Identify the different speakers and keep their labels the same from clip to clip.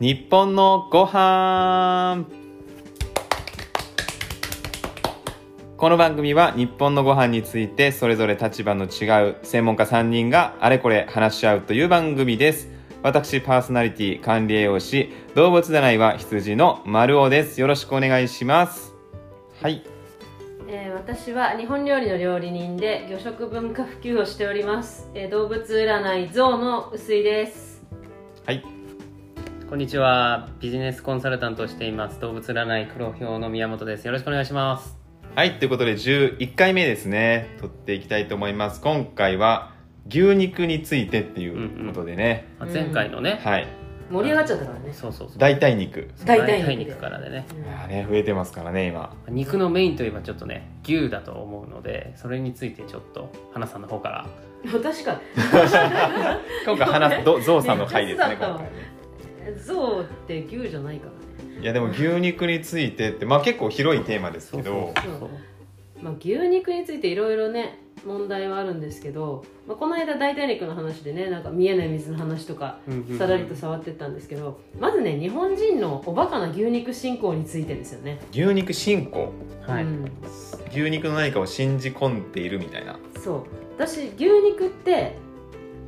Speaker 1: 日本のご飯この番組は日本のご飯についてそれぞれ立場の違う専門家3人があれこれ話し合うという番組です私パーソナリティ管理栄養士動物占いは羊の丸尾ですよろしくお願いしますはい
Speaker 2: えー私は日本料理の料理人で魚食文化普及をしております、えー動物占い象の薄井です
Speaker 1: はい
Speaker 3: こんにちは。ビジネスコンサルタントをしています。動物占い黒ひの宮本です。よろしくお願いします。
Speaker 1: はい、ということで11回目ですね、撮っていきたいと思います。今回は牛肉についてっていうことでね、
Speaker 3: まあ
Speaker 2: うん
Speaker 3: 前回のね、
Speaker 1: はい、
Speaker 2: 盛り上がっちゃったからね
Speaker 3: そうそうそう。
Speaker 1: 代替肉。
Speaker 2: 代替肉
Speaker 3: 代肉からでね。
Speaker 1: いやーね、増えてますからね、 今。
Speaker 3: 肉のメインといえばちょっとね、牛だと思うので、それについてちょっと、花さんの方から。
Speaker 2: うん確か
Speaker 1: 今回話す、どゾウさんの回ですね、
Speaker 2: めっちゃ
Speaker 1: 今回ね。
Speaker 2: 象って牛じゃないからね、
Speaker 1: いや、でも牛肉についてって、まあ結構広いテーマですけど、
Speaker 2: そうまあ、牛肉についていろいろね問題はあるんですけど、まあ、この間代替肉の話でねなんか見えない水の話とか
Speaker 3: うんうんうん
Speaker 2: さらりと触ってったんですけどまずね日本人のおバカな牛肉信仰についてですよね、。
Speaker 1: 牛肉信仰、
Speaker 3: はいう
Speaker 2: ん
Speaker 1: 牛肉の何かを信じ込んでいるみたいな。
Speaker 2: そう私牛肉って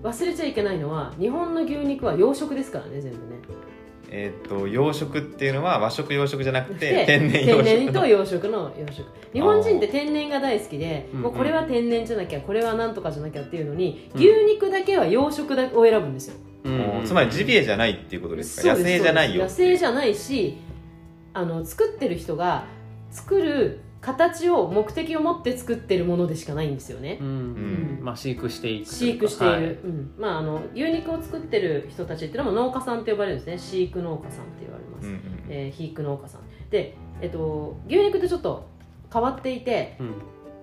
Speaker 2: 忘れちゃいけないのは日本の牛肉は養殖ですからね全部ね
Speaker 1: えーっと、養殖っていうのは和食養殖じゃなくて、
Speaker 2: で
Speaker 1: 天然養殖
Speaker 2: と
Speaker 1: の。
Speaker 2: 養殖の養殖日本人って天然が大好きで
Speaker 3: うんうん
Speaker 2: もうこれは天然じゃなきゃこれはなんとかじゃなきゃっていうのに、
Speaker 3: うん
Speaker 2: 牛肉だけは養殖だを選ぶんですよ
Speaker 3: うんうん
Speaker 1: つまりジビエじゃないっていうことですか
Speaker 2: そう
Speaker 1: 野生じゃないよ
Speaker 2: 野生じゃないしあの作ってる人が作る形を目的を持って作ってるものでしかないんですよね、
Speaker 3: うん
Speaker 2: う
Speaker 3: うんん。まあ、飼育していくと
Speaker 2: 飼
Speaker 3: いうか。
Speaker 2: 育している、
Speaker 3: はい
Speaker 2: うんまあ、あの牛肉を作ってる人たちっていうのも農家さんって呼ばれるんですね飼育農家さんって言われます、
Speaker 1: うんうん
Speaker 2: えー肥育農家さんで、えっと牛肉ってちょっと変わっていて、
Speaker 3: うん。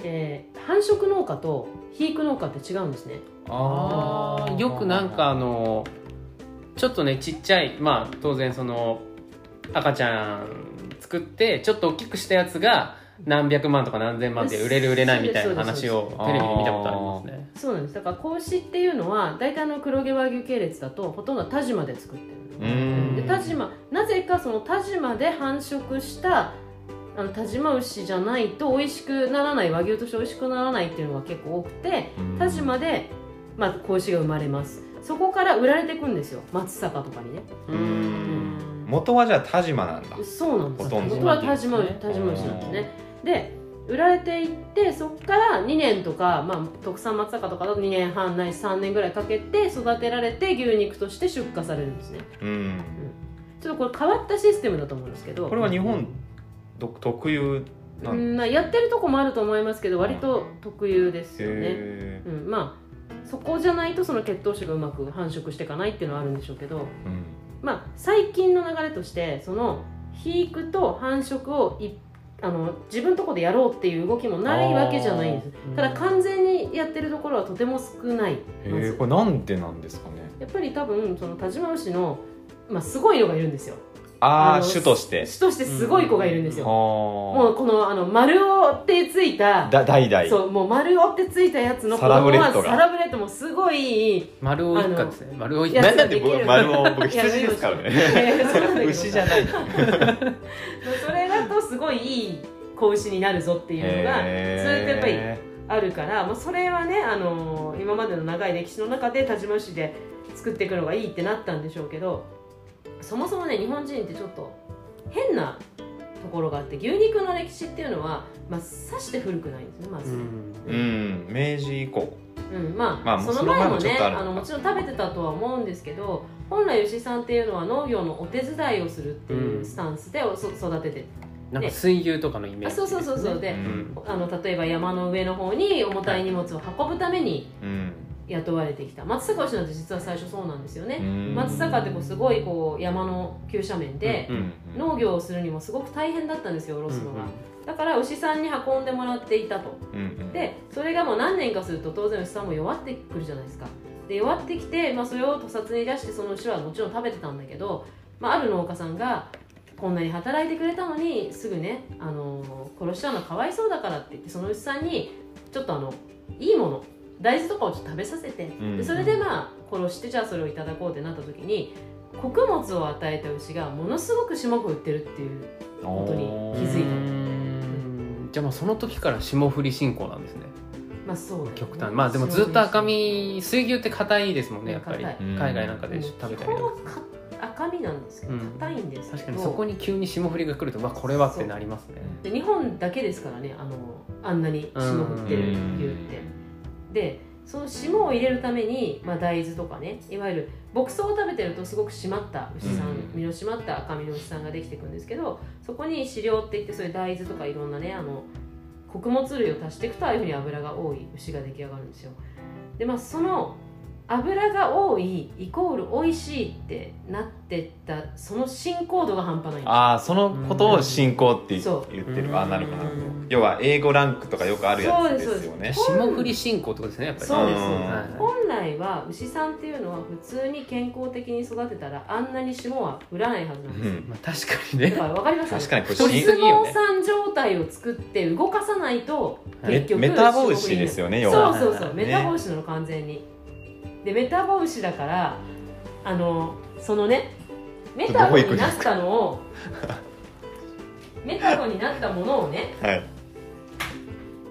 Speaker 2: えー繁殖農家と肥育農家って違うんですね
Speaker 3: あーよくなんかあのちょっとねちっちゃいまあ当然その赤ちゃん作ってちょっと大きくしたやつが何百万とか何千万で売れる売れないみたいな話
Speaker 1: そうですそうで
Speaker 3: を
Speaker 1: す
Speaker 3: テレビで見たことありますね
Speaker 2: そうなんですだから子牛っていうのは大体あの黒毛和牛系列だとほとんど田島で作って
Speaker 1: う
Speaker 2: る
Speaker 1: ん
Speaker 2: で田島なぜかその田島で繁殖したあの田島牛じゃないと美味しくならない和牛として美味しくならないっていうのが結構多くて田島で、まあ、子牛が生まれますそこから売られていくんですよ松阪とかにね
Speaker 1: うん
Speaker 3: うん
Speaker 1: 元はじゃあ田島なんだ
Speaker 2: そうなんです
Speaker 1: ほとんど
Speaker 2: 元は田島牛田島牛なんですねで売られていってそこから2年とか、まあ、特産松阪とかだと2年半ないし3年ぐらいかけて育てられて牛肉として出荷されるんですね
Speaker 1: うん
Speaker 2: ちょっとこれ変わったシステムだと思うんですけど
Speaker 1: これは日本独特有な
Speaker 2: う
Speaker 1: だ
Speaker 2: んんまあやってるとこもあると思いますけど割と特有ですよね、
Speaker 1: へー
Speaker 2: うん、まあそこじゃないとその血糖種がうまく繁殖していかないっていうのはあるんでしょうけど
Speaker 1: うん
Speaker 2: まあ、最近の流れとしてその肥育と繁殖をいあの自分のとこでやろうっていう動きもないわけじゃないんです
Speaker 3: うん
Speaker 2: ただ完全にやってるところはとても少ない
Speaker 1: へ
Speaker 2: ま
Speaker 1: ー
Speaker 2: ず
Speaker 1: これなんでなんですかね
Speaker 2: やっぱり多分その田島牛の、まあ、すごいのがいるんですよ
Speaker 1: あ
Speaker 2: あ
Speaker 1: あ
Speaker 2: の
Speaker 1: 種として
Speaker 2: 牛としてすごい子がいるんです
Speaker 1: は
Speaker 2: よ、も
Speaker 1: ー
Speaker 2: うこのあの丸尾ってついた
Speaker 1: だ代々
Speaker 2: そう もう丸尾ってついたやつの
Speaker 1: サラブレッドが
Speaker 2: サラブレッドもすごいいい
Speaker 3: 丸尾一家ですね丸尾一
Speaker 2: いや
Speaker 3: 家
Speaker 1: なんだって
Speaker 2: そうでき
Speaker 1: 僕
Speaker 2: る
Speaker 1: 丸尾僕
Speaker 2: いや
Speaker 1: 羊ですから
Speaker 2: いやいやそうなんだけ
Speaker 1: ね
Speaker 2: ど
Speaker 1: 牛じゃない
Speaker 2: それだとすごいいい子牛になるぞっていうのがそれってやっぱり
Speaker 1: へ
Speaker 2: あるから、まあ、それはね、あのー今までの長い歴史の中で田島牛で作っていくのがいいってなったんでしょうけどそもそもね日本人ってちょっと変なところがあって牛肉の歴史っていうのは、まあ、さして古くないんですねまず、うん
Speaker 1: ーうん明治以降
Speaker 2: まあ、
Speaker 1: まあ
Speaker 2: その前
Speaker 1: その前も
Speaker 2: も
Speaker 1: ちょっ
Speaker 2: ね
Speaker 1: とある
Speaker 2: あのもちろん食べてたとは思うんですけど本来牛さんっていうのは農業のお手伝いをするっていうスタンスでおそ育ててる、
Speaker 3: なんか水牛とかのイメー
Speaker 2: あ
Speaker 3: ジ
Speaker 2: そうそうそうそうで、
Speaker 1: うん
Speaker 2: あの例えば山の上の方に重たい荷物を運ぶために
Speaker 1: うん
Speaker 2: 雇われてきた松阪牛なんて実は最初そうなんですよね、
Speaker 1: うん
Speaker 2: 松阪ってこうすごいこう山の急斜面で、
Speaker 3: うん
Speaker 1: うん
Speaker 2: 農業をするにもすごく大変だったんですよ
Speaker 3: う
Speaker 2: 卸
Speaker 3: んう
Speaker 2: す
Speaker 3: ん
Speaker 2: のが、だから牛さんに運んでもらっていたと
Speaker 1: うんうん
Speaker 2: でそれがもう何年かすると当然牛さんも弱ってくるじゃないですかで弱ってきて、まあ、それを屠殺に出してその牛はもちろん食べてたんだけど、まあ、ある農家さんがこんなに働いてくれたのにすぐね、あのー殺しちゃうのかわいそうだからって言ってその牛さんにちょっとあのいいもの大豆とかをちょっと食べさせて、
Speaker 1: うん
Speaker 2: でそれでまあ殺してじゃあそれをいただこうってなった時に穀物を与えた牛がものすごく霜降り売ってるっていう本当に
Speaker 1: お
Speaker 2: 気
Speaker 1: ー
Speaker 2: づいた
Speaker 3: うーんじゃあもうその時から霜降り進行なんですね
Speaker 2: まあそうだよね
Speaker 3: 極端まあでもずっと赤身水牛って硬いですもんねやっぱり
Speaker 2: 硬い
Speaker 1: うん
Speaker 3: 海外なんかで
Speaker 2: うん
Speaker 3: 食べた
Speaker 2: 基
Speaker 3: り
Speaker 2: 本
Speaker 3: と
Speaker 2: は
Speaker 3: か
Speaker 2: か赤身なんですけど
Speaker 3: うん
Speaker 2: 硬いんですけど、
Speaker 3: 確かにそこに急に霜降りが来るとうわこれはってなりますね
Speaker 2: で日本だけですからねあのあんなに霜降ってる牛って。でその霜を入れるために、まあ、大豆とかねいわゆる牧草を食べてるとすごく締まった牛さん、
Speaker 1: うん
Speaker 2: 身の締まった赤身の牛さんができていくんですけどそこに飼料っていってそれ大豆とかいろんなねあの穀物類を足していくとああいうふうに油が多い牛が出来上がるんですよでまあその油が多いイコール美味しいってなってったその進行度が半端ないんですよ
Speaker 1: ああそのことを進行って言
Speaker 2: そ
Speaker 1: 言ってるあーなるほどなるほど
Speaker 3: うん
Speaker 1: 要は英語ランクとかよくあるやつですよね
Speaker 3: 霜降り進行ってことですねやっぱり
Speaker 2: そうです、
Speaker 1: うん
Speaker 2: 本来は牛さんっていうのは普通に健康的に育てたらあんなに霜は降らないはずなんです
Speaker 1: う
Speaker 2: よ、
Speaker 1: ん
Speaker 3: まあ、確かにね
Speaker 2: だから分かります
Speaker 1: 確かにこれ
Speaker 2: お
Speaker 3: 取り
Speaker 1: 進
Speaker 3: す
Speaker 2: 相
Speaker 3: ぎよね
Speaker 2: 撲さん状態を作って動かさないと結
Speaker 3: ぎ
Speaker 1: メ
Speaker 2: 局
Speaker 1: メタボ牛です
Speaker 2: よ
Speaker 1: よね要
Speaker 2: そ
Speaker 1: は
Speaker 2: うそうそう
Speaker 1: ね
Speaker 2: メタボ牛なの完全にでメタボ牛だからあのそのねメタボになったのを メタボになったものをね
Speaker 1: はい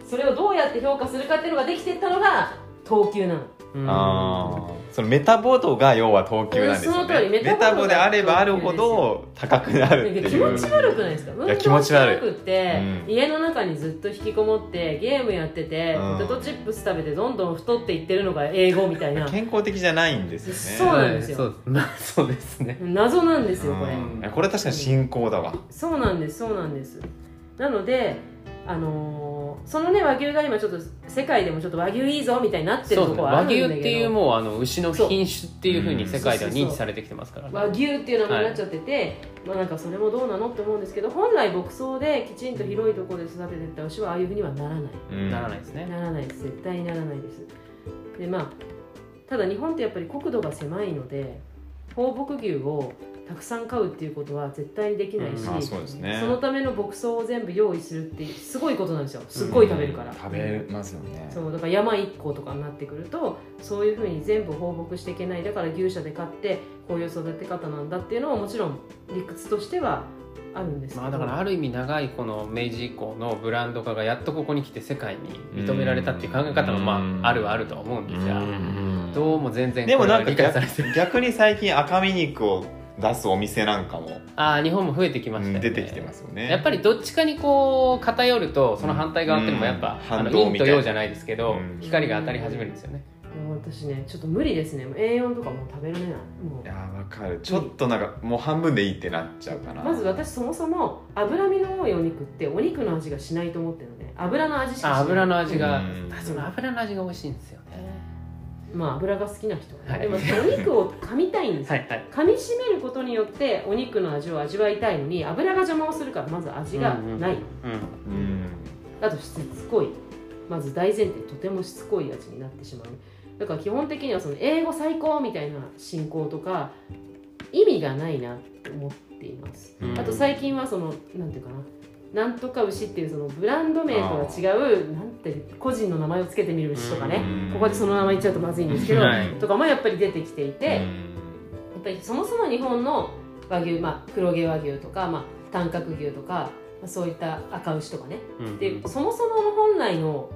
Speaker 2: それをどうやって評価するかっていうのができてったのが等級なの
Speaker 3: うん
Speaker 1: あーそのメタボ度が要は等級なんですよ
Speaker 2: うんその通
Speaker 1: ね
Speaker 2: り
Speaker 1: メ
Speaker 2: メ
Speaker 1: タ
Speaker 2: タボ
Speaker 1: ボ
Speaker 2: 度が
Speaker 1: であればあるほど高くなるって
Speaker 2: いや
Speaker 1: い
Speaker 2: 気
Speaker 1: う
Speaker 2: 持 ち悪くないですか運
Speaker 1: や
Speaker 2: 動
Speaker 1: 気持ち悪い
Speaker 2: してなくって、
Speaker 1: うん
Speaker 2: 家の中にずっと引きこもってゲームやってて、
Speaker 1: うん
Speaker 2: ポテトチップス食べてどんどん太っていってるのが英語みたいな
Speaker 1: 健康的じゃないんですよ
Speaker 2: そう
Speaker 1: ね
Speaker 2: なんですよ
Speaker 3: はいそうまあそうですね
Speaker 2: 謎なんですよこれ、
Speaker 1: うんこれ確かに進行だわ
Speaker 2: そうなんですそうなんですなのであのーそのね和牛が今ちょっと世界でもちょっと和牛いいぞみたいになってる
Speaker 3: そ
Speaker 2: と
Speaker 3: うです
Speaker 2: こ
Speaker 3: ね
Speaker 2: はあ
Speaker 3: 和
Speaker 2: るんだけど
Speaker 3: 牛っていうもうあの牛の品種っていうふうに世界では
Speaker 2: そう
Speaker 3: 認知されてきてますからね
Speaker 2: 和牛っていう名前になっちゃってて、まあなんかそれもどうなのって思うんですけど本来牧草できちんと広いところで育ててった牛はああいうふうにはならない
Speaker 1: うん
Speaker 3: ならないですね
Speaker 2: ならないです絶対にならないですでまあただ日本ってやっぱり国土が狭いので放牧牛をたくさん飼うっていうことは絶対にできないし、
Speaker 3: うん
Speaker 1: まあ
Speaker 2: そ
Speaker 1: そうですね
Speaker 2: のための牧草を全部用意するってすごいことなんですよすっごい食べるから、
Speaker 1: うん食べますよね
Speaker 2: そうだから山1個とかになってくるとそういうふうに全部放牧していけないだから牛舎で飼ってこういう育て方なんだっていうのはもちろん理屈としてはあるんですけど、
Speaker 3: まあだからある意味長いこの明治以降のブランド化がやっとここに来て世界に認められたっていう考え方も
Speaker 1: うん
Speaker 3: まああるはあると思うんですが
Speaker 1: うん
Speaker 3: どうも全然
Speaker 1: でも
Speaker 3: これ
Speaker 1: な
Speaker 3: は
Speaker 1: んか
Speaker 3: 理解されてない
Speaker 1: 逆逆に最近赤身肉を出すお店なんかも
Speaker 3: ああ日本も増えてきましたよね
Speaker 1: 出てきてますよね
Speaker 3: やっぱりどっちかにこう偏るとその反対側っていうのもやっぱ、
Speaker 1: うん
Speaker 3: あ
Speaker 1: 反
Speaker 3: の
Speaker 1: 動
Speaker 3: 陰
Speaker 1: みた
Speaker 3: と
Speaker 1: いな
Speaker 3: 陽じゃないですけど、
Speaker 1: うん
Speaker 3: 光が当たり始めるんですよね、
Speaker 2: もう私ねちょっと無理ですねもう A4 とかもう食べられないもう
Speaker 1: いやーわかるちょっとなんかもう半分でいいってなっちゃうかな
Speaker 2: まず私そもそも脂身の多いお肉ってお肉の味がしないと思ってるのね油の味しかしない
Speaker 3: あ油の味が、
Speaker 1: うん
Speaker 3: その油の味が美味しいんですよね、
Speaker 2: まあ油が好きな人はね、
Speaker 3: はい
Speaker 2: でもお肉を噛みたいんですよ、
Speaker 3: はいはい
Speaker 2: 噛みしめることによってお肉の味を味わいたいのに油が邪魔をするからまず味がない、
Speaker 3: うん
Speaker 1: うん
Speaker 2: あとしつこいまず大前提とてもしつこい味になってしまうだから基本的にはその英語最高みたいな進行とか意味がないなって思っています、
Speaker 1: うん
Speaker 2: あと最近はそのなんていうかななんとか牛っていうそのブランド名とは違うなんて個人の名前をつけてみる牛とかね
Speaker 1: うん
Speaker 2: ここでその名前言っちゃうとまずいんですけど、
Speaker 3: はい
Speaker 2: とかもやっぱり出てきていて、
Speaker 1: う
Speaker 2: や
Speaker 1: ん
Speaker 2: っぱりそもそも日本の和牛、まあ、黒毛和牛とか、まあ、短角牛とか、まあ、そういった赤牛とかね
Speaker 3: うん
Speaker 2: でそもそもの本来の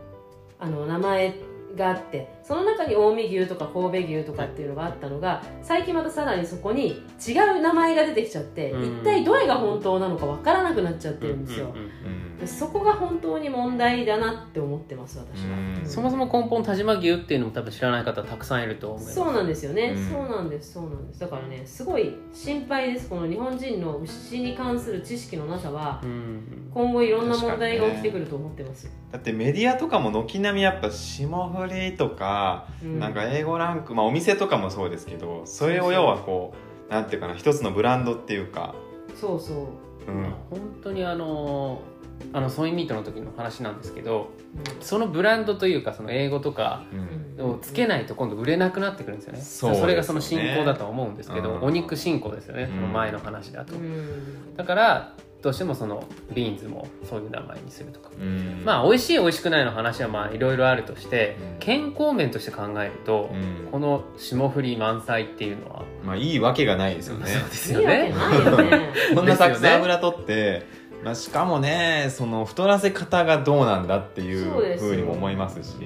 Speaker 2: あの名前があってその中に近江牛とか神戸牛とかっていうのがあったのが最近またさらにそこに違う名前が出てきちゃって
Speaker 3: うん
Speaker 2: 一体どれが本当なのかわからなくなっちゃってるんです
Speaker 3: う
Speaker 2: よ
Speaker 3: んうん
Speaker 1: う
Speaker 3: うん
Speaker 1: ん
Speaker 2: でそこが本当に問題だなって思ってます私
Speaker 1: う
Speaker 2: は
Speaker 1: ん
Speaker 3: そもそも根本田島牛っていうのも多分知らない方たくさんいると思います
Speaker 2: そうなんですよね、
Speaker 1: うん
Speaker 2: そうなんですそうなんですだからねすごい心配ですこの日本人の牛に関する知識のなさは
Speaker 3: うん
Speaker 2: 今後いろんな問題が起きてくると思ってます、
Speaker 1: だってメディアとかも軒並みやっぱ霜降りとか、
Speaker 2: う
Speaker 1: なんか英語ランクまあお店とかもそうですけどそれを要はこうなんていうかな一つのブランドっていうか
Speaker 2: そうそう、
Speaker 1: う
Speaker 3: まあ
Speaker 1: ん
Speaker 3: 本当にあのあのソイミートの時の話なんですけど
Speaker 2: う
Speaker 3: そのブランドというかその英語とか
Speaker 1: うん
Speaker 2: ん
Speaker 3: をつけないと今度売れなくなってくるんですよね
Speaker 1: そうですよね
Speaker 3: れがその進行だと思うんですけど、
Speaker 1: うん
Speaker 3: お肉進行ですよね、
Speaker 1: うん
Speaker 3: その前の話だと、
Speaker 2: うん
Speaker 3: だからどうしてもそのビーンズもそういう名前にするとか、
Speaker 1: うん
Speaker 3: まあ美味しい美味しくないの話はまあいろいろあるとして
Speaker 1: うん
Speaker 3: 健康面として考えると、
Speaker 1: うん
Speaker 3: この霜降り満載っていうのは、
Speaker 1: まあいいわけがないですよね
Speaker 3: そうです
Speaker 2: い
Speaker 3: よ
Speaker 2: いわけ
Speaker 3: ね
Speaker 2: ないよね
Speaker 1: こんなたく
Speaker 3: で
Speaker 1: さん
Speaker 3: すよね
Speaker 1: 油取って、まあ、しかもねその太らせ方がどうなんだってい
Speaker 2: そうで
Speaker 1: う
Speaker 2: すよ
Speaker 1: ふうにも思いますし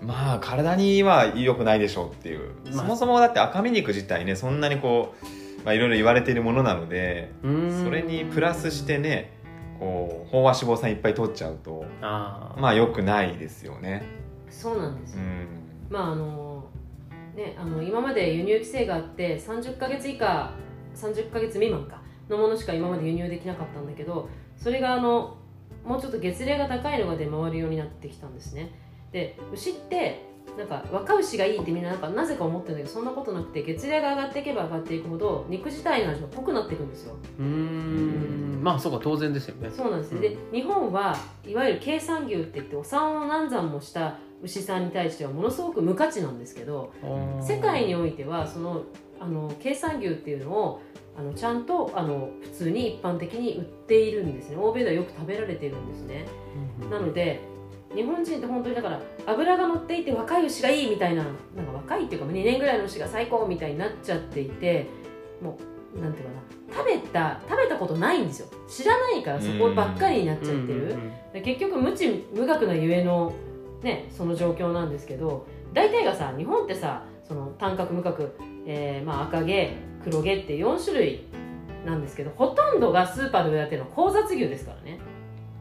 Speaker 1: まあ体には良くないでしょうっていう、
Speaker 3: まあ
Speaker 1: そもそもだって赤身肉自体ねそんなにこう、まあ、いろいろ言われているものなので
Speaker 3: うん
Speaker 1: それにプラスしてねこう飽和脂肪酸いっぱい取っちゃうと
Speaker 3: ああ
Speaker 1: まあ良くないですよね。
Speaker 2: そうなんです
Speaker 1: う
Speaker 2: よ、
Speaker 1: ん
Speaker 2: まああのねあの今まで輸入規制があって30ヶ月以下30ヶ月未満かのものしか今まで輸入できなかったんだけどそれがあのもうちょっと月齢が高いのが出回るようになってきたんですねで牛ってなんか若牛がいいってみんななんかなぜか思ってるんだけどそんなことなくて月齢が上がっていけば上がっていくほど肉自体の味が濃くなっていくんですよ
Speaker 3: うーんまあそうか当然ですよね
Speaker 2: そうなんですよ、
Speaker 3: うん
Speaker 2: で日本はいわゆる経産牛って言ってお産を難産もした牛さんに対してはものすごく無価値なんですけど
Speaker 1: ん
Speaker 2: 世界においてはそのあの経産牛っていうのをあのちゃんとあの普通に一般的に売っているんですね欧米ではよく食べられているんですねなので日本人って本当にだから脂が乗っていて若い牛がいいみたいななんか若いっていうか2年ぐらいの牛が最高みたいになっちゃっていてもうなんていうかな食べた食べたことないんですよ知らないからそこばっかりになっちゃってる、で結局無知無学なゆえのねその状況なんですけど大体がさ日本ってさその単角無角、えーまあ、赤毛黒毛って4種類なんですけどほとんどがスーパーで売られてるのは交雑牛ですからね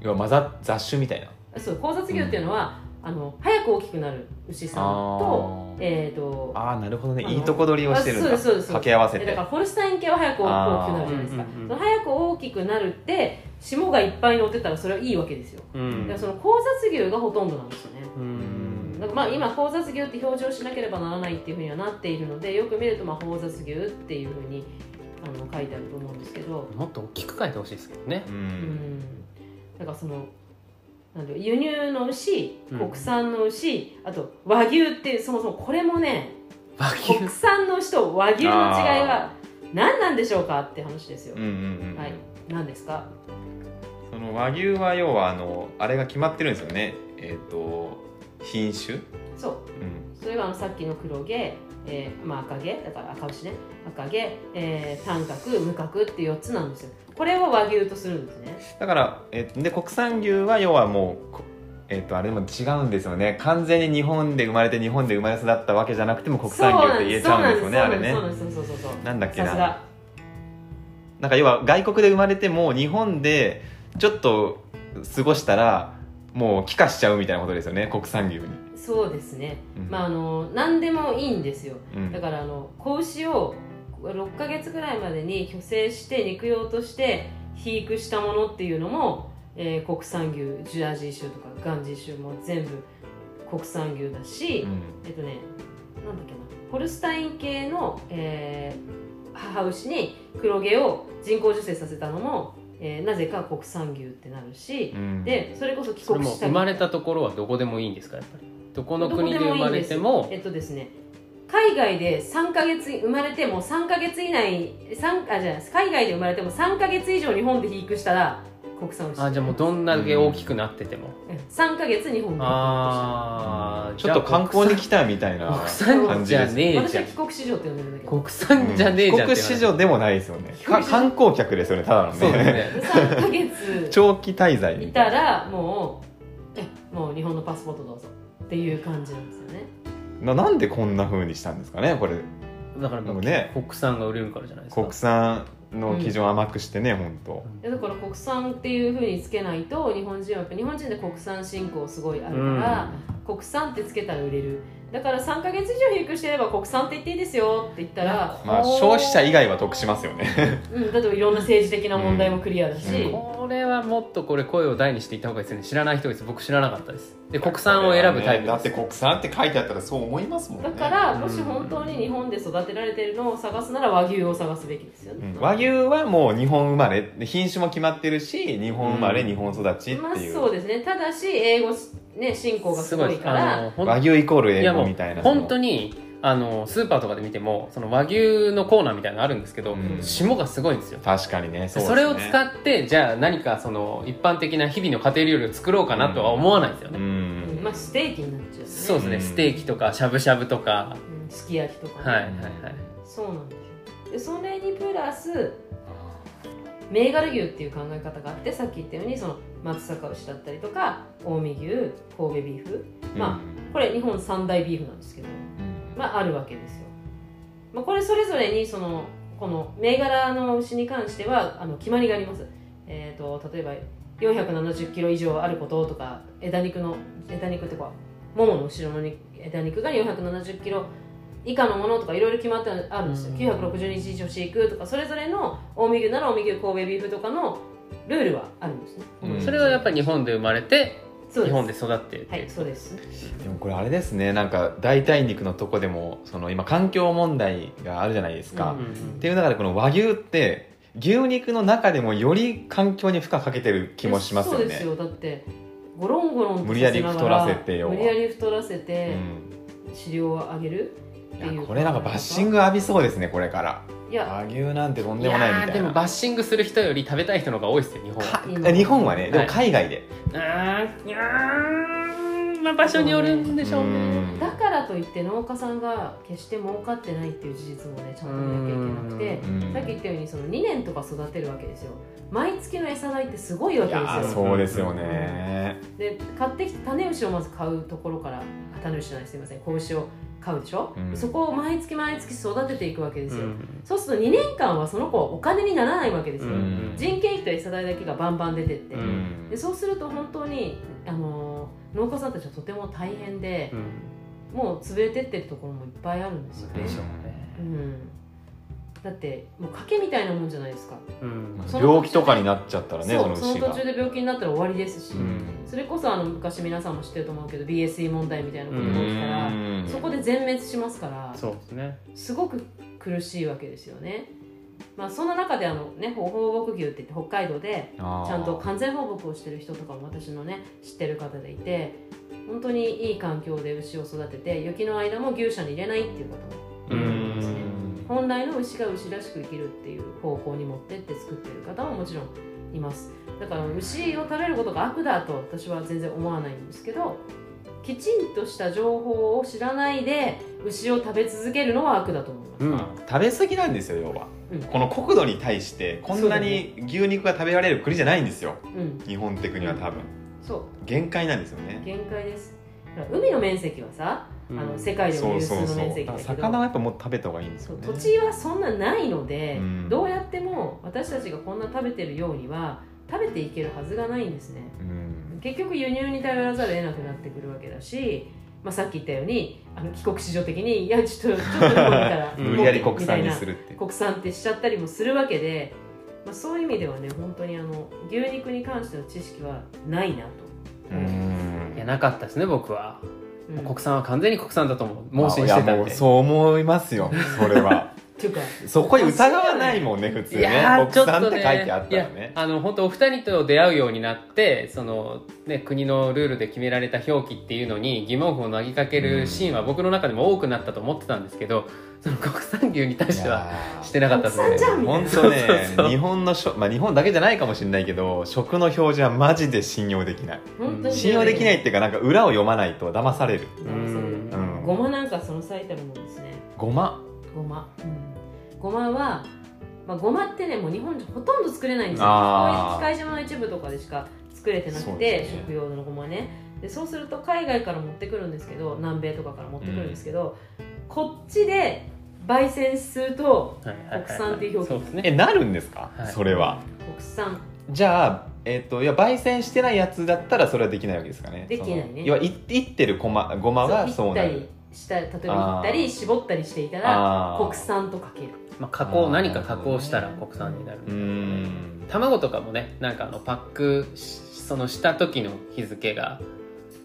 Speaker 1: 要は混ざ雑種みたいな。
Speaker 2: そう交雑牛っていうのは、あの早く大きくなる牛さんと
Speaker 1: あー
Speaker 2: えっ、と
Speaker 1: あーなるほどね
Speaker 2: あの
Speaker 1: いいとこ取りをしてるんだ
Speaker 2: あそうですそうです
Speaker 1: 掛け合わせ
Speaker 2: え
Speaker 1: て
Speaker 2: だからホルスタイン系は早く大きくなるじゃないですか、
Speaker 3: あーうんうんうん
Speaker 2: その早く大きくなるって霜がいっぱい乗ってたらそれはいいわけですよ
Speaker 3: うん
Speaker 2: だからその交雑牛がほとんどなんですよね
Speaker 3: うん
Speaker 2: だからまあ今交雑牛って表示をしなければならないっていうふうにはなっているのでよく見るとまあ交雑牛っていうふうにあの書いてあると思うんですけど、
Speaker 3: もっと大きく書いてほしいですけどね
Speaker 1: う
Speaker 2: うんん、だからそのなんだろう輸入の牛
Speaker 3: うん
Speaker 2: 国産の牛、あと和牛っていうそもそもこれ もね
Speaker 3: 和
Speaker 2: 国産の牛と和牛の違いは何なんでしょうかって話ですよ
Speaker 1: うん、うんうん
Speaker 2: はい何ですか
Speaker 1: その和牛は要はあのあれが決まってるんですよねえっ、と品種、
Speaker 2: そう
Speaker 1: うん、
Speaker 2: それはあのさっきの黒毛、えーまあ、赤毛だから赤牛ね赤毛、えー、三角無角って4つなんですよこれを和牛とするんですね
Speaker 1: だから、えーで国産牛は要はもうこえっ、とあれでも違うんですよね完全に日本で生まれて日本で生まれ育ったわけじゃなくても国産牛って言えちゃうんですよねあれね
Speaker 2: そうなんですそうなんですそうなんですそうなんです
Speaker 1: なんだっけ
Speaker 2: さす
Speaker 1: な
Speaker 2: が
Speaker 1: なんか要は外国で生まれても日本でちょっと過ごしたらもう帰化しちゃうみたいなことですよね国産牛に、
Speaker 2: そうですね
Speaker 1: うん
Speaker 2: まああの何でもいいんですよ
Speaker 1: うん
Speaker 2: だからあの子牛を6ヶ月ぐらいまでに去勢して肉用として肥育したものっていうのも、えー国産牛ジュアジー州とかガンジー州も全部国産牛だ
Speaker 1: う
Speaker 2: し、
Speaker 1: ん
Speaker 2: えっとねなんだっけなホルスタイン系の、えー母牛に黒毛を人工授精させたのも、えーなぜか国産牛ってなるし、
Speaker 1: うん
Speaker 2: でそれこそ帰
Speaker 3: それ
Speaker 2: 国
Speaker 3: も
Speaker 2: した
Speaker 3: 生
Speaker 2: り
Speaker 3: まれたところはどこでもいいんですかやっぱりどこの国で生まれても
Speaker 2: えっとですね海外で3ヶ月生まれても3ヶ月以内三あじゃないです海外で生まれても3ヶ月以上日本で肥育したら国産牛
Speaker 3: あじゃあもうどんだけ大きくなってても、
Speaker 2: うん3ヶ月日本で
Speaker 3: ああ
Speaker 1: ちょっと観光に来たみたいな
Speaker 3: 国産じゃねえ
Speaker 2: 私
Speaker 3: じゃ
Speaker 2: は
Speaker 3: ん
Speaker 2: 帰国市場って呼んでるんだけど
Speaker 3: 国産じゃねえじゃんって
Speaker 1: 帰国市場でもないですよねか観光客ですよねただの
Speaker 3: そうです
Speaker 1: ね
Speaker 3: ね
Speaker 2: 3ヶ月
Speaker 1: 長期滞在
Speaker 2: い
Speaker 1: み
Speaker 2: た
Speaker 1: たいな
Speaker 2: らもうえもう日本のパスポートどうぞっていう感じなんですよね
Speaker 1: ななんでこんな風にしたんですかねこれ
Speaker 3: だからもう
Speaker 1: ね
Speaker 3: 国産が売れるからじゃないですか
Speaker 1: 国産の基準甘くしてね、本当
Speaker 2: でだから国産っていうふうにつけないと日本人はやっぱ日本人で国産振興すごいあるか
Speaker 3: うん
Speaker 2: ら、国産ってつけたら売れるだから3か月以上育してれば国産って言っていいですよって言ったら、
Speaker 1: まあ
Speaker 3: ほう
Speaker 1: 消費者以外は得しますよね
Speaker 2: うん、だっていろんな政治的な問題もクリアだし、
Speaker 1: うん
Speaker 3: これはもっとこれ声を大にしていった方がいいですね知らない人がいです僕知らなかったですで国産を選ぶタイプ
Speaker 1: だ
Speaker 3: で
Speaker 1: って
Speaker 3: す
Speaker 1: 国産って書いてあったらそう思いますもんね
Speaker 2: だからもし本当に日本で育てられてるのを探すなら和牛を探すべきですよ
Speaker 1: う
Speaker 2: ね、
Speaker 1: ん和牛はもう日本生まれ品種も決まってるし日本生まれ、
Speaker 3: うん
Speaker 1: 日本育ちって
Speaker 2: まあ
Speaker 1: いう,、
Speaker 2: そうですねただし英語、ね、振興がすごいから
Speaker 3: あのほん
Speaker 1: 和牛イコール
Speaker 3: い
Speaker 1: 英
Speaker 3: や
Speaker 1: 語
Speaker 3: も
Speaker 1: みたいうな
Speaker 3: 本当にあのスーパーとかで見てもその和牛のコーナーみたいなのあるんですけど、
Speaker 1: うん
Speaker 3: 霜がすごいんですよ
Speaker 1: 確かにね
Speaker 3: そ,、
Speaker 1: そうですね
Speaker 3: れを使ってじゃあ何かその一般的な日々の家庭料理を作ろうかなとは思わないですよね、
Speaker 1: うん
Speaker 2: まあステーキになっちゃうね
Speaker 3: そうですね、
Speaker 1: うん
Speaker 3: ステーキとかしゃぶしゃぶとか
Speaker 2: うんすき焼きとかね、
Speaker 3: はいはいはい
Speaker 2: そうなんですよでそれにプラス銘柄牛っていう考え方があってさっき言ったようにその松阪牛だったりとか近江牛神戸ビーフまこれ日本三大ビーフなんですけど
Speaker 1: あ
Speaker 2: まああるわけですよ、まあ、これそれぞれにそのこの銘柄の牛に関してはあの決まりがあります、えー、と例えば470キロ以上あることとか枝肉の枝肉ってかももの後ろのに枝肉が470キロ以下のものとかいろいろ決まってあるんですよ、
Speaker 3: うん
Speaker 2: 960日以上飼育とかそれぞれの近江牛なら近江牛神戸ビーフとかのルールはあるんですね、
Speaker 1: うん
Speaker 3: それはやっぱり日本で生まれて
Speaker 2: そう
Speaker 3: 日
Speaker 2: です
Speaker 3: 本で育ってるって
Speaker 2: は
Speaker 3: いう
Speaker 2: いそうです
Speaker 1: でもこれあれですねなんか代替肉のとこでもその今環境問題があるじゃないですか、
Speaker 2: うん
Speaker 1: っていう中でこの和牛って牛肉の中でもより環境に負荷かけてる気もしますよ
Speaker 2: そうです
Speaker 1: ね
Speaker 2: よだってゴロンゴロン
Speaker 1: 無
Speaker 2: とさせなが
Speaker 1: 理やり太らせてよ
Speaker 2: 無理やり太らせ
Speaker 1: う
Speaker 2: て
Speaker 1: ん
Speaker 2: 飼料をあげる
Speaker 1: いやこれなんかバッシング浴びそうですねこれから
Speaker 2: いや
Speaker 1: 和牛なんてとん
Speaker 3: い
Speaker 1: でもない
Speaker 3: や
Speaker 1: み
Speaker 3: ー
Speaker 1: た
Speaker 3: で
Speaker 1: い
Speaker 3: も
Speaker 1: な
Speaker 3: バッシングする人より食べたい人の方が多いですよ日本は
Speaker 1: か
Speaker 2: いいの
Speaker 1: 日本はねでも海外で、
Speaker 3: あーいやーまあ場所によるんでしょう
Speaker 1: うん
Speaker 3: ね
Speaker 2: だからといって農家さんが決して儲かってないっていう事実もねちゃんと見なきゃいけなく
Speaker 1: うん
Speaker 2: てさっき言ったようにその2年とか育てるわけですよ毎月の餌代ってすごいわ
Speaker 1: い
Speaker 2: け
Speaker 1: や
Speaker 2: で
Speaker 1: ー
Speaker 2: すよ
Speaker 1: そうですよね、
Speaker 2: で買ってきて種牛をまず買うところからあ種牛じゃないすいません子牛を買うでしょ、
Speaker 1: うん
Speaker 2: そこを毎月毎月育てていくわけで
Speaker 3: う
Speaker 2: すよ、
Speaker 3: ん
Speaker 2: そうすると2年間はその子はお金にならないわけですよ、
Speaker 1: ん
Speaker 2: 人件費と餌代だけがバンバン出てって、
Speaker 3: う
Speaker 1: うんん
Speaker 2: でそうすると本当に、あのー農家さんたちはとても大変で、もう潰れてってるところもいっぱいあるんですよね、
Speaker 3: でしょ
Speaker 2: う
Speaker 3: うん
Speaker 2: だってもう賭けみたいなもんじゃないですか、
Speaker 3: うん
Speaker 2: その
Speaker 1: 病気とかになっちゃったらねそ
Speaker 2: そ
Speaker 1: の
Speaker 2: うその
Speaker 1: 牛
Speaker 2: 途
Speaker 1: が
Speaker 2: 中で病気になったら終わりですし、
Speaker 1: うん
Speaker 2: それこそあの昔皆さんも知ってると思うけど BSE 問題みたいなこと
Speaker 1: う
Speaker 2: が起きたら、
Speaker 1: ん
Speaker 2: そこで全滅しますから
Speaker 3: そうですね
Speaker 2: すごく苦しいわけですよね、まあ、そんな中であの、ね、放牧牛って言って北海道で
Speaker 1: あー
Speaker 2: ちゃんと完全放牧をしてる人とかも私のね知ってる方でいて本当にいい環境で牛を育てて雪の間も牛舎に入れないっていうことも
Speaker 1: う
Speaker 2: ですね
Speaker 1: ん
Speaker 2: 本来の牛が牛らしく生きるっていう方向に持ってって作ってる方ももちろんいますだから牛を食べることが悪だと私は全然思わないんですけどきちんとした情報を知らないで牛を食べ続けるのは悪だと思います、
Speaker 3: うん
Speaker 1: 食べ過ぎなんですよ要は
Speaker 2: うん
Speaker 1: この国土に対してこんなに牛肉が食べられる国じゃないんですよ
Speaker 2: うん、
Speaker 1: 日本って国は多分
Speaker 2: そ
Speaker 1: 限界なんですよ
Speaker 2: う
Speaker 1: ね
Speaker 2: 限界ですだから海の面積はさ、あの世界でも
Speaker 1: そ
Speaker 2: 有
Speaker 1: う
Speaker 2: 数
Speaker 1: そ
Speaker 2: の
Speaker 1: うそう
Speaker 2: 面積
Speaker 1: だ
Speaker 2: だ
Speaker 1: から
Speaker 2: けど
Speaker 1: 魚はやっぱもっと食べた方がいいんです
Speaker 2: そ
Speaker 1: よ
Speaker 2: う
Speaker 1: ね
Speaker 2: 土地はそんなないので、
Speaker 1: うん
Speaker 2: どうやっても私たちがこんな食べてるようには食べていけるはずがないんですね
Speaker 1: うん
Speaker 2: 結局輸入に頼らざるを得なくなってくるわけだし、まあ、さっき言ったようにあの帰国市場的にいやちょっとちょっと日本見たら
Speaker 3: うん
Speaker 1: 無理やり国産
Speaker 2: み
Speaker 1: に
Speaker 2: たいな
Speaker 1: するっていう
Speaker 2: 国産ってしちゃったりもするわけで、まあ、そういう意味ではね本当にあの牛肉に関しての知識はないなと、
Speaker 1: うん
Speaker 3: いやなかったですね僕は
Speaker 2: うん、
Speaker 3: 国産は完全に国産だと思う盲信して
Speaker 1: いや
Speaker 3: た
Speaker 1: もう
Speaker 3: んで
Speaker 1: そう思いますよそれは
Speaker 2: っていうか
Speaker 1: そこに疑わないもんね普通
Speaker 3: いや
Speaker 1: ね
Speaker 3: ーちょ
Speaker 1: 国
Speaker 3: っと
Speaker 1: 産
Speaker 3: ね
Speaker 1: って書いてあったら
Speaker 3: いや
Speaker 1: ね
Speaker 3: あの本当お二人と出会うようになってその、ね、国のルールで決められた表記っていうのに疑問符を投げかけるシーンは僕の中でも多くなったと思ってたんですけどその国産牛に対してはい
Speaker 1: やー
Speaker 3: してなかったですね
Speaker 2: 国産じゃんみたい
Speaker 1: 本
Speaker 2: な
Speaker 1: 当ね
Speaker 3: そうそうそう
Speaker 1: 日本のしょ、まあ、日本だけじゃないかもしれないけど食の表示はマジで信用できない
Speaker 2: 本当に
Speaker 1: 信用できないっていうかなんか裏を読まないと騙される、
Speaker 2: うん
Speaker 1: うん、
Speaker 2: ごまなんかその最たるものですね
Speaker 1: ごま
Speaker 2: ごま、うん、ごまは、まあ、ごまってねもう日本じゃほとんど作れないんですよ
Speaker 1: あー
Speaker 2: こういう機械島の一部とかでしか作れてなく
Speaker 1: そう
Speaker 2: て、
Speaker 1: ですね
Speaker 2: 食用のごまねでそうすると海外から持ってくるんですけど南米とかから持ってくるんですけど、こっちで焙煎すると
Speaker 3: はいはいはい
Speaker 2: 国産っていう表記
Speaker 3: そうです
Speaker 1: え
Speaker 3: ね
Speaker 1: なるんですか、
Speaker 3: はい
Speaker 1: それは
Speaker 2: 国産
Speaker 1: じゃあえっ、といや焙煎してないやつだったらそれはできないわけですかね
Speaker 2: できないね
Speaker 1: その要はいいってるごまごまが
Speaker 2: そう
Speaker 1: そ
Speaker 2: い
Speaker 1: うな
Speaker 2: ったり
Speaker 1: る
Speaker 2: した例えばいったり絞ったりしていたら
Speaker 1: あー
Speaker 2: 国産とかける
Speaker 3: まあ、加工何か加工したら国産になるん
Speaker 1: う
Speaker 3: で
Speaker 1: ーん
Speaker 3: 卵とかもねなんかあのパックしそのした時の日付が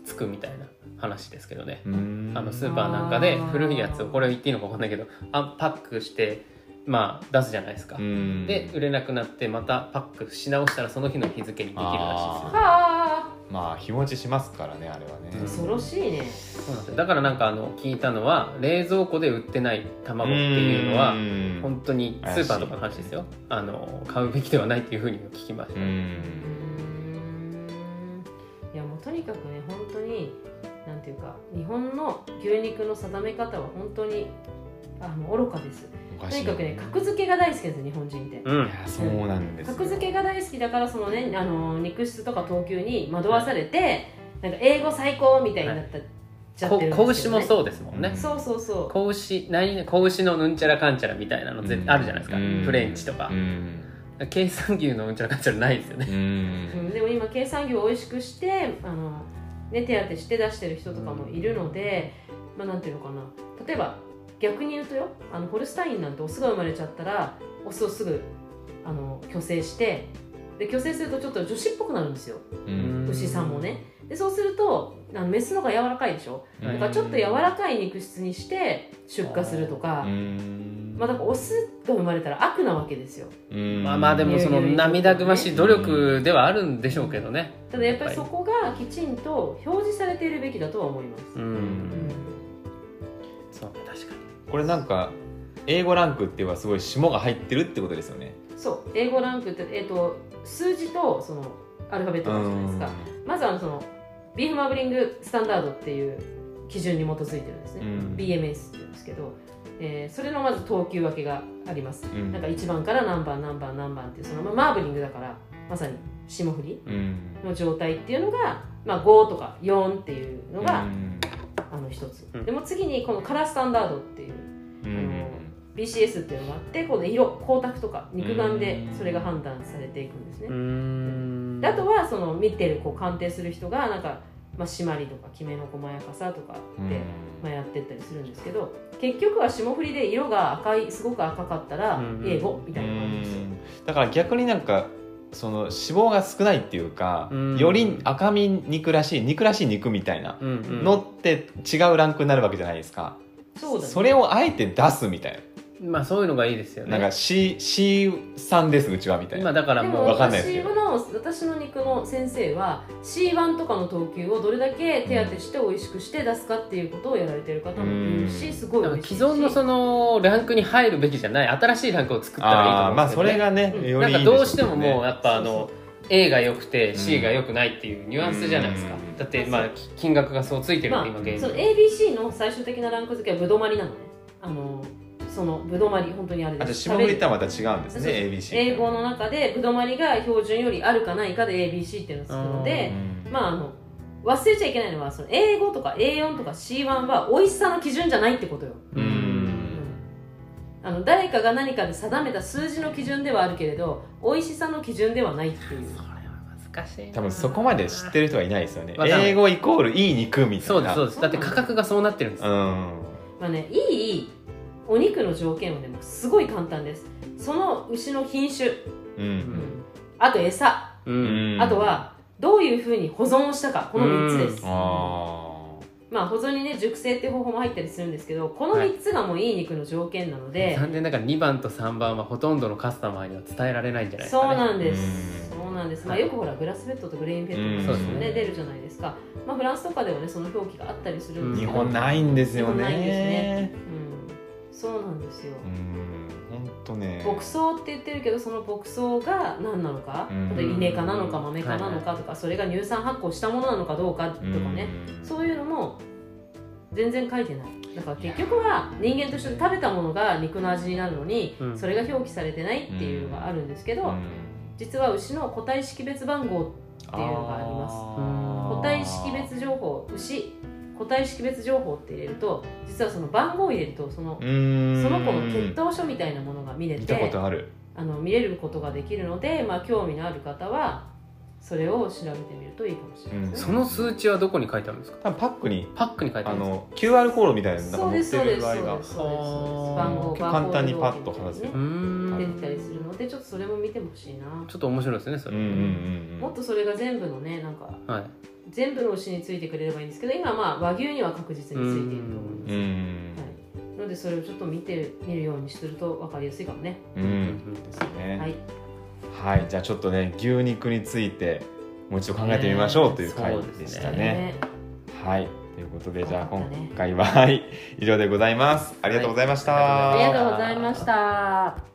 Speaker 3: つくみたいな話ですけどね
Speaker 1: うーん
Speaker 3: あのスーパーなんかで古いやつをこれを言っていいのか分かんないけどあパックしてまあ出すじゃないですか
Speaker 1: う、ーん
Speaker 3: で売れなくなってまたパックし直したらその日の日付にできるらしいですよ
Speaker 1: あ
Speaker 2: はあ
Speaker 1: まあ日持ちしますからねあれはね、
Speaker 3: うん
Speaker 2: 恐ろしいね
Speaker 3: そうなんですよだからなんかあの聞いたのは冷蔵庫で売ってない卵っていうのは
Speaker 1: うん
Speaker 3: 本当にスーパーとかの話ですよあの買うべきではないっていうふうに聞きまし
Speaker 1: う
Speaker 3: た、
Speaker 2: うー
Speaker 1: ん
Speaker 2: んいやもうとにかくね本当になんていうか日本の牛肉の定め方は本当にあの愚かです
Speaker 1: お
Speaker 2: と
Speaker 1: かしい
Speaker 2: にかくね格付けが大好きです日本人って
Speaker 3: うん
Speaker 1: いやそうなんですよ
Speaker 2: 格付けが大好きだからそのねあの肉質とか等級に惑わされて、なんか英語最高みたいになった、ちゃってるんです
Speaker 3: こ子
Speaker 2: よ
Speaker 3: 牛も
Speaker 2: ね
Speaker 3: そうですもんね、
Speaker 2: そうそうそう
Speaker 3: 子牛何々子牛のうんちゃらかんちゃらみたいなの絶
Speaker 1: うん
Speaker 3: あるじゃないですか、
Speaker 1: うん
Speaker 3: フレンチとか
Speaker 1: う、ん
Speaker 3: 計算牛のうんちゃらかんちゃらないですよね
Speaker 1: う
Speaker 2: うんん、でも今経産業を美味しくしてあの、ね、手当てして出してる人とかもいるので、まあなんていうのかな例えば逆に言うとよあのホルスタインなんてオスが生まれちゃったらオスをすぐあの去勢してで去勢するとちょっと女子っぽくなるんですよ
Speaker 1: うん
Speaker 2: 牛さんもねでそうするとあのメスの方が柔らかいでしょだからちょっと柔らかい肉質にして出荷するとか、
Speaker 1: うん
Speaker 2: まあだからオスが生まれたら悪なわけですよ
Speaker 1: うん
Speaker 3: まあまあでもそ
Speaker 2: いや
Speaker 3: の
Speaker 2: いやいや
Speaker 3: 涙ぐましい努力ではあるんでしょうけどね
Speaker 2: ただやっぱりそこがきちんと表示されているべきだとは思います、
Speaker 3: う
Speaker 2: うんん
Speaker 3: そう確か
Speaker 1: これなんか英語ランクっていうのはすごい霜が入ってるってことですよね
Speaker 2: そう英語ランクって、えー、と数字とそのアルファベットがあるじゃないですかまずあのそのビーフマーブリングスタンダードっていう基準に基づいてるんですね、
Speaker 1: うん
Speaker 2: BMS っていうんですけど、えーそれのまず等級分けがあります、
Speaker 1: うん
Speaker 2: なんか1番から何番何番何番っていうその、まあ、マーブリングだからまさに霜降り
Speaker 1: うん
Speaker 2: の状態っていうのが、まあ、5とか4っていうのが、
Speaker 1: うん
Speaker 2: あの一つ、
Speaker 3: うん
Speaker 2: でも次にこのカラースタンダードっていう
Speaker 1: うん、
Speaker 2: BCS っていうのがあってこの色光沢とか肉眼でそれが判断されていくんですね、
Speaker 3: にうん
Speaker 2: であとはその見てるこう鑑定する人がなんか、まあ、締まりとかきめの細やかさとか
Speaker 1: うん
Speaker 2: で、まあ、やってったりするんですけど結局は霜降りで色が赤いすごく赤かったら
Speaker 3: うん
Speaker 2: 英語みたいな感じですよ、
Speaker 1: だから逆になんかその脂肪が少ないっていうか、
Speaker 3: うん
Speaker 1: より赤身肉らしい肉らしい肉みたいな
Speaker 3: うんうん
Speaker 1: のって違うランクになるわけじゃないですか、
Speaker 2: そうだね
Speaker 1: それをあえて出すみたい
Speaker 3: まあそういうのがいいですよ
Speaker 1: な,、
Speaker 3: ね
Speaker 1: なんか C, C3 ですうちはみたいな
Speaker 3: 今だから
Speaker 2: で
Speaker 3: も
Speaker 2: も
Speaker 3: う
Speaker 1: わかんないです
Speaker 2: 私
Speaker 1: けど
Speaker 2: の私の肉の先生は C1 とかの等級をどれだけ手当てして美味しくして出すかっていうことをやられてる方もいるし、
Speaker 1: うん
Speaker 2: すごい
Speaker 3: なん
Speaker 2: 美
Speaker 3: か
Speaker 2: 味しい
Speaker 3: 既
Speaker 2: し
Speaker 3: 存のそのランクに入るべきじゃない新しいランクを作ったらいいと思
Speaker 1: あ
Speaker 3: う
Speaker 1: ー
Speaker 3: ん
Speaker 1: まあ
Speaker 3: です
Speaker 1: そ
Speaker 3: よね
Speaker 1: れがね、より
Speaker 3: なん
Speaker 1: いい
Speaker 3: か
Speaker 1: でょ
Speaker 3: どうしてももうやっぱあ
Speaker 2: そう
Speaker 3: の
Speaker 2: そ
Speaker 3: A が良くて
Speaker 1: ん
Speaker 3: C が良くないっていうニュアンスじゃないですか、
Speaker 1: うん
Speaker 3: だってまあき金額がそうついてる
Speaker 2: ま
Speaker 3: の
Speaker 2: あ、
Speaker 3: 今現
Speaker 2: そ
Speaker 3: 状
Speaker 2: の ABC の最終的なランク付けはぶどまりなのねあのそのぶどまり本当にあれ
Speaker 1: あじ
Speaker 2: で
Speaker 1: ゃあ
Speaker 2: す
Speaker 1: 霜降りとはまた違うんです
Speaker 2: そうそう
Speaker 1: ね ABC
Speaker 2: 英語の中でぶどまりが標準よりあるかないかで ABC っていうのをつくので
Speaker 1: うん
Speaker 2: まああの忘れちゃいけないのはその英語とか A4 とか C1 は美味しさの基準じゃないってことよ
Speaker 1: う
Speaker 3: うん
Speaker 1: ん
Speaker 2: あの誰かが何かで定めた数字の基準ではあるけれど美味しさの基準ではないっていう
Speaker 3: それは難しいな
Speaker 1: 多分そこまで知ってる人はいないですよね
Speaker 3: わかんない
Speaker 1: 英語イコールいい肉みたいな
Speaker 3: そうですそうですだって価格がそうなってるんですよ、
Speaker 1: うん
Speaker 2: まあね、いいお肉の条件はねもうすごい簡単ですその牛の品種
Speaker 1: うん
Speaker 2: あと餌、
Speaker 3: うん
Speaker 1: うん
Speaker 2: あとはどういうふうに保存をしたかこの3つです、
Speaker 1: あ
Speaker 2: まあ保存にね熟成っていう方法も入ったりするんですけどこの3つがもういい肉の条件なので、
Speaker 3: 残念ながら2番と3番はほとんどのカスタマーには伝えられないんじゃないです
Speaker 2: そう
Speaker 3: か、ね、
Speaker 2: なんで
Speaker 1: う
Speaker 2: す
Speaker 1: ん
Speaker 2: そうなんです、まあ、よくほらグラスフェットとグレインフェットと
Speaker 3: うんそう
Speaker 2: か
Speaker 3: です
Speaker 2: ね
Speaker 3: ね
Speaker 2: 出るじゃないですか、まあ、フランスとかではねその表記があったりするん
Speaker 1: ー
Speaker 2: です
Speaker 1: 日
Speaker 2: けど
Speaker 1: 本ないんですよ
Speaker 2: 日本ないんです
Speaker 1: ね
Speaker 2: ねうん、そうなんですよ、
Speaker 1: うん本当ね
Speaker 2: 牧草って言ってるけどその牧草が何なのか
Speaker 1: うん
Speaker 2: 例えば稲科なのか豆科なのかとかそれが乳酸発酵したものなのかどうかとかね
Speaker 1: うん
Speaker 2: そういうのも全然書いてないだから結局は人間として食べたものが肉の味になるのに
Speaker 3: うん
Speaker 2: それが表記されてないっていうのがあるんですけど
Speaker 1: ん
Speaker 2: 実は牛の個体識別番号
Speaker 1: って
Speaker 2: いうのがあります
Speaker 3: あー
Speaker 2: 個体識別情報牛個体識別情報って入れると実はその番号を入れるとその
Speaker 1: そ
Speaker 2: そ
Speaker 1: の
Speaker 2: の子の血糖書みたいなものが見れ
Speaker 1: 見たこ
Speaker 2: て
Speaker 1: とある
Speaker 2: あの見れることができるので、まあ、興味のある方はそれを調べてみるといいかもしれないです
Speaker 3: そ
Speaker 2: ね。
Speaker 3: の数値はどこに書いてあるんですか
Speaker 1: 多分パックに
Speaker 3: パックに書いてあ
Speaker 1: あ
Speaker 3: るんですか
Speaker 1: の QR コードみたいなの
Speaker 2: そう
Speaker 1: が載
Speaker 2: で
Speaker 1: っ
Speaker 2: すそう
Speaker 1: て
Speaker 2: で
Speaker 1: る
Speaker 2: す
Speaker 1: 場
Speaker 2: そう
Speaker 1: 合
Speaker 2: ですそう
Speaker 1: が
Speaker 2: です
Speaker 3: はあ
Speaker 2: 番号
Speaker 1: 結構
Speaker 2: 番号
Speaker 1: 簡単に
Speaker 2: 番号
Speaker 1: パッと話せる
Speaker 2: ね
Speaker 3: うー
Speaker 2: 出
Speaker 3: ん
Speaker 2: てたりするのでちょっとそれも見てほしいな。
Speaker 3: ちょっと面白いですねそ
Speaker 1: うん
Speaker 3: れ、
Speaker 1: うんうんう
Speaker 2: も
Speaker 1: ん
Speaker 2: っとそれが全部のねなんか
Speaker 3: はい
Speaker 2: 全部の牛についてくれればいいんですけど今はまあ和牛には確実についていると思いま
Speaker 1: うん
Speaker 2: す。はい、なのでそれをちょっと見て見るようにすると分かりやすいかもね。
Speaker 1: うんですね
Speaker 2: はい、
Speaker 1: はい、じゃあちょっとね牛肉についてもう一度考えてみましょうという回
Speaker 3: ねそう
Speaker 1: で
Speaker 3: ですね
Speaker 1: したね。
Speaker 2: ね
Speaker 1: はい、ということで、じゃあ
Speaker 2: よか
Speaker 1: 今
Speaker 2: ったね
Speaker 1: 回は、はい以上でございます。ありがとうございました。
Speaker 3: はいありがとうございました
Speaker 2: ありがとうございました。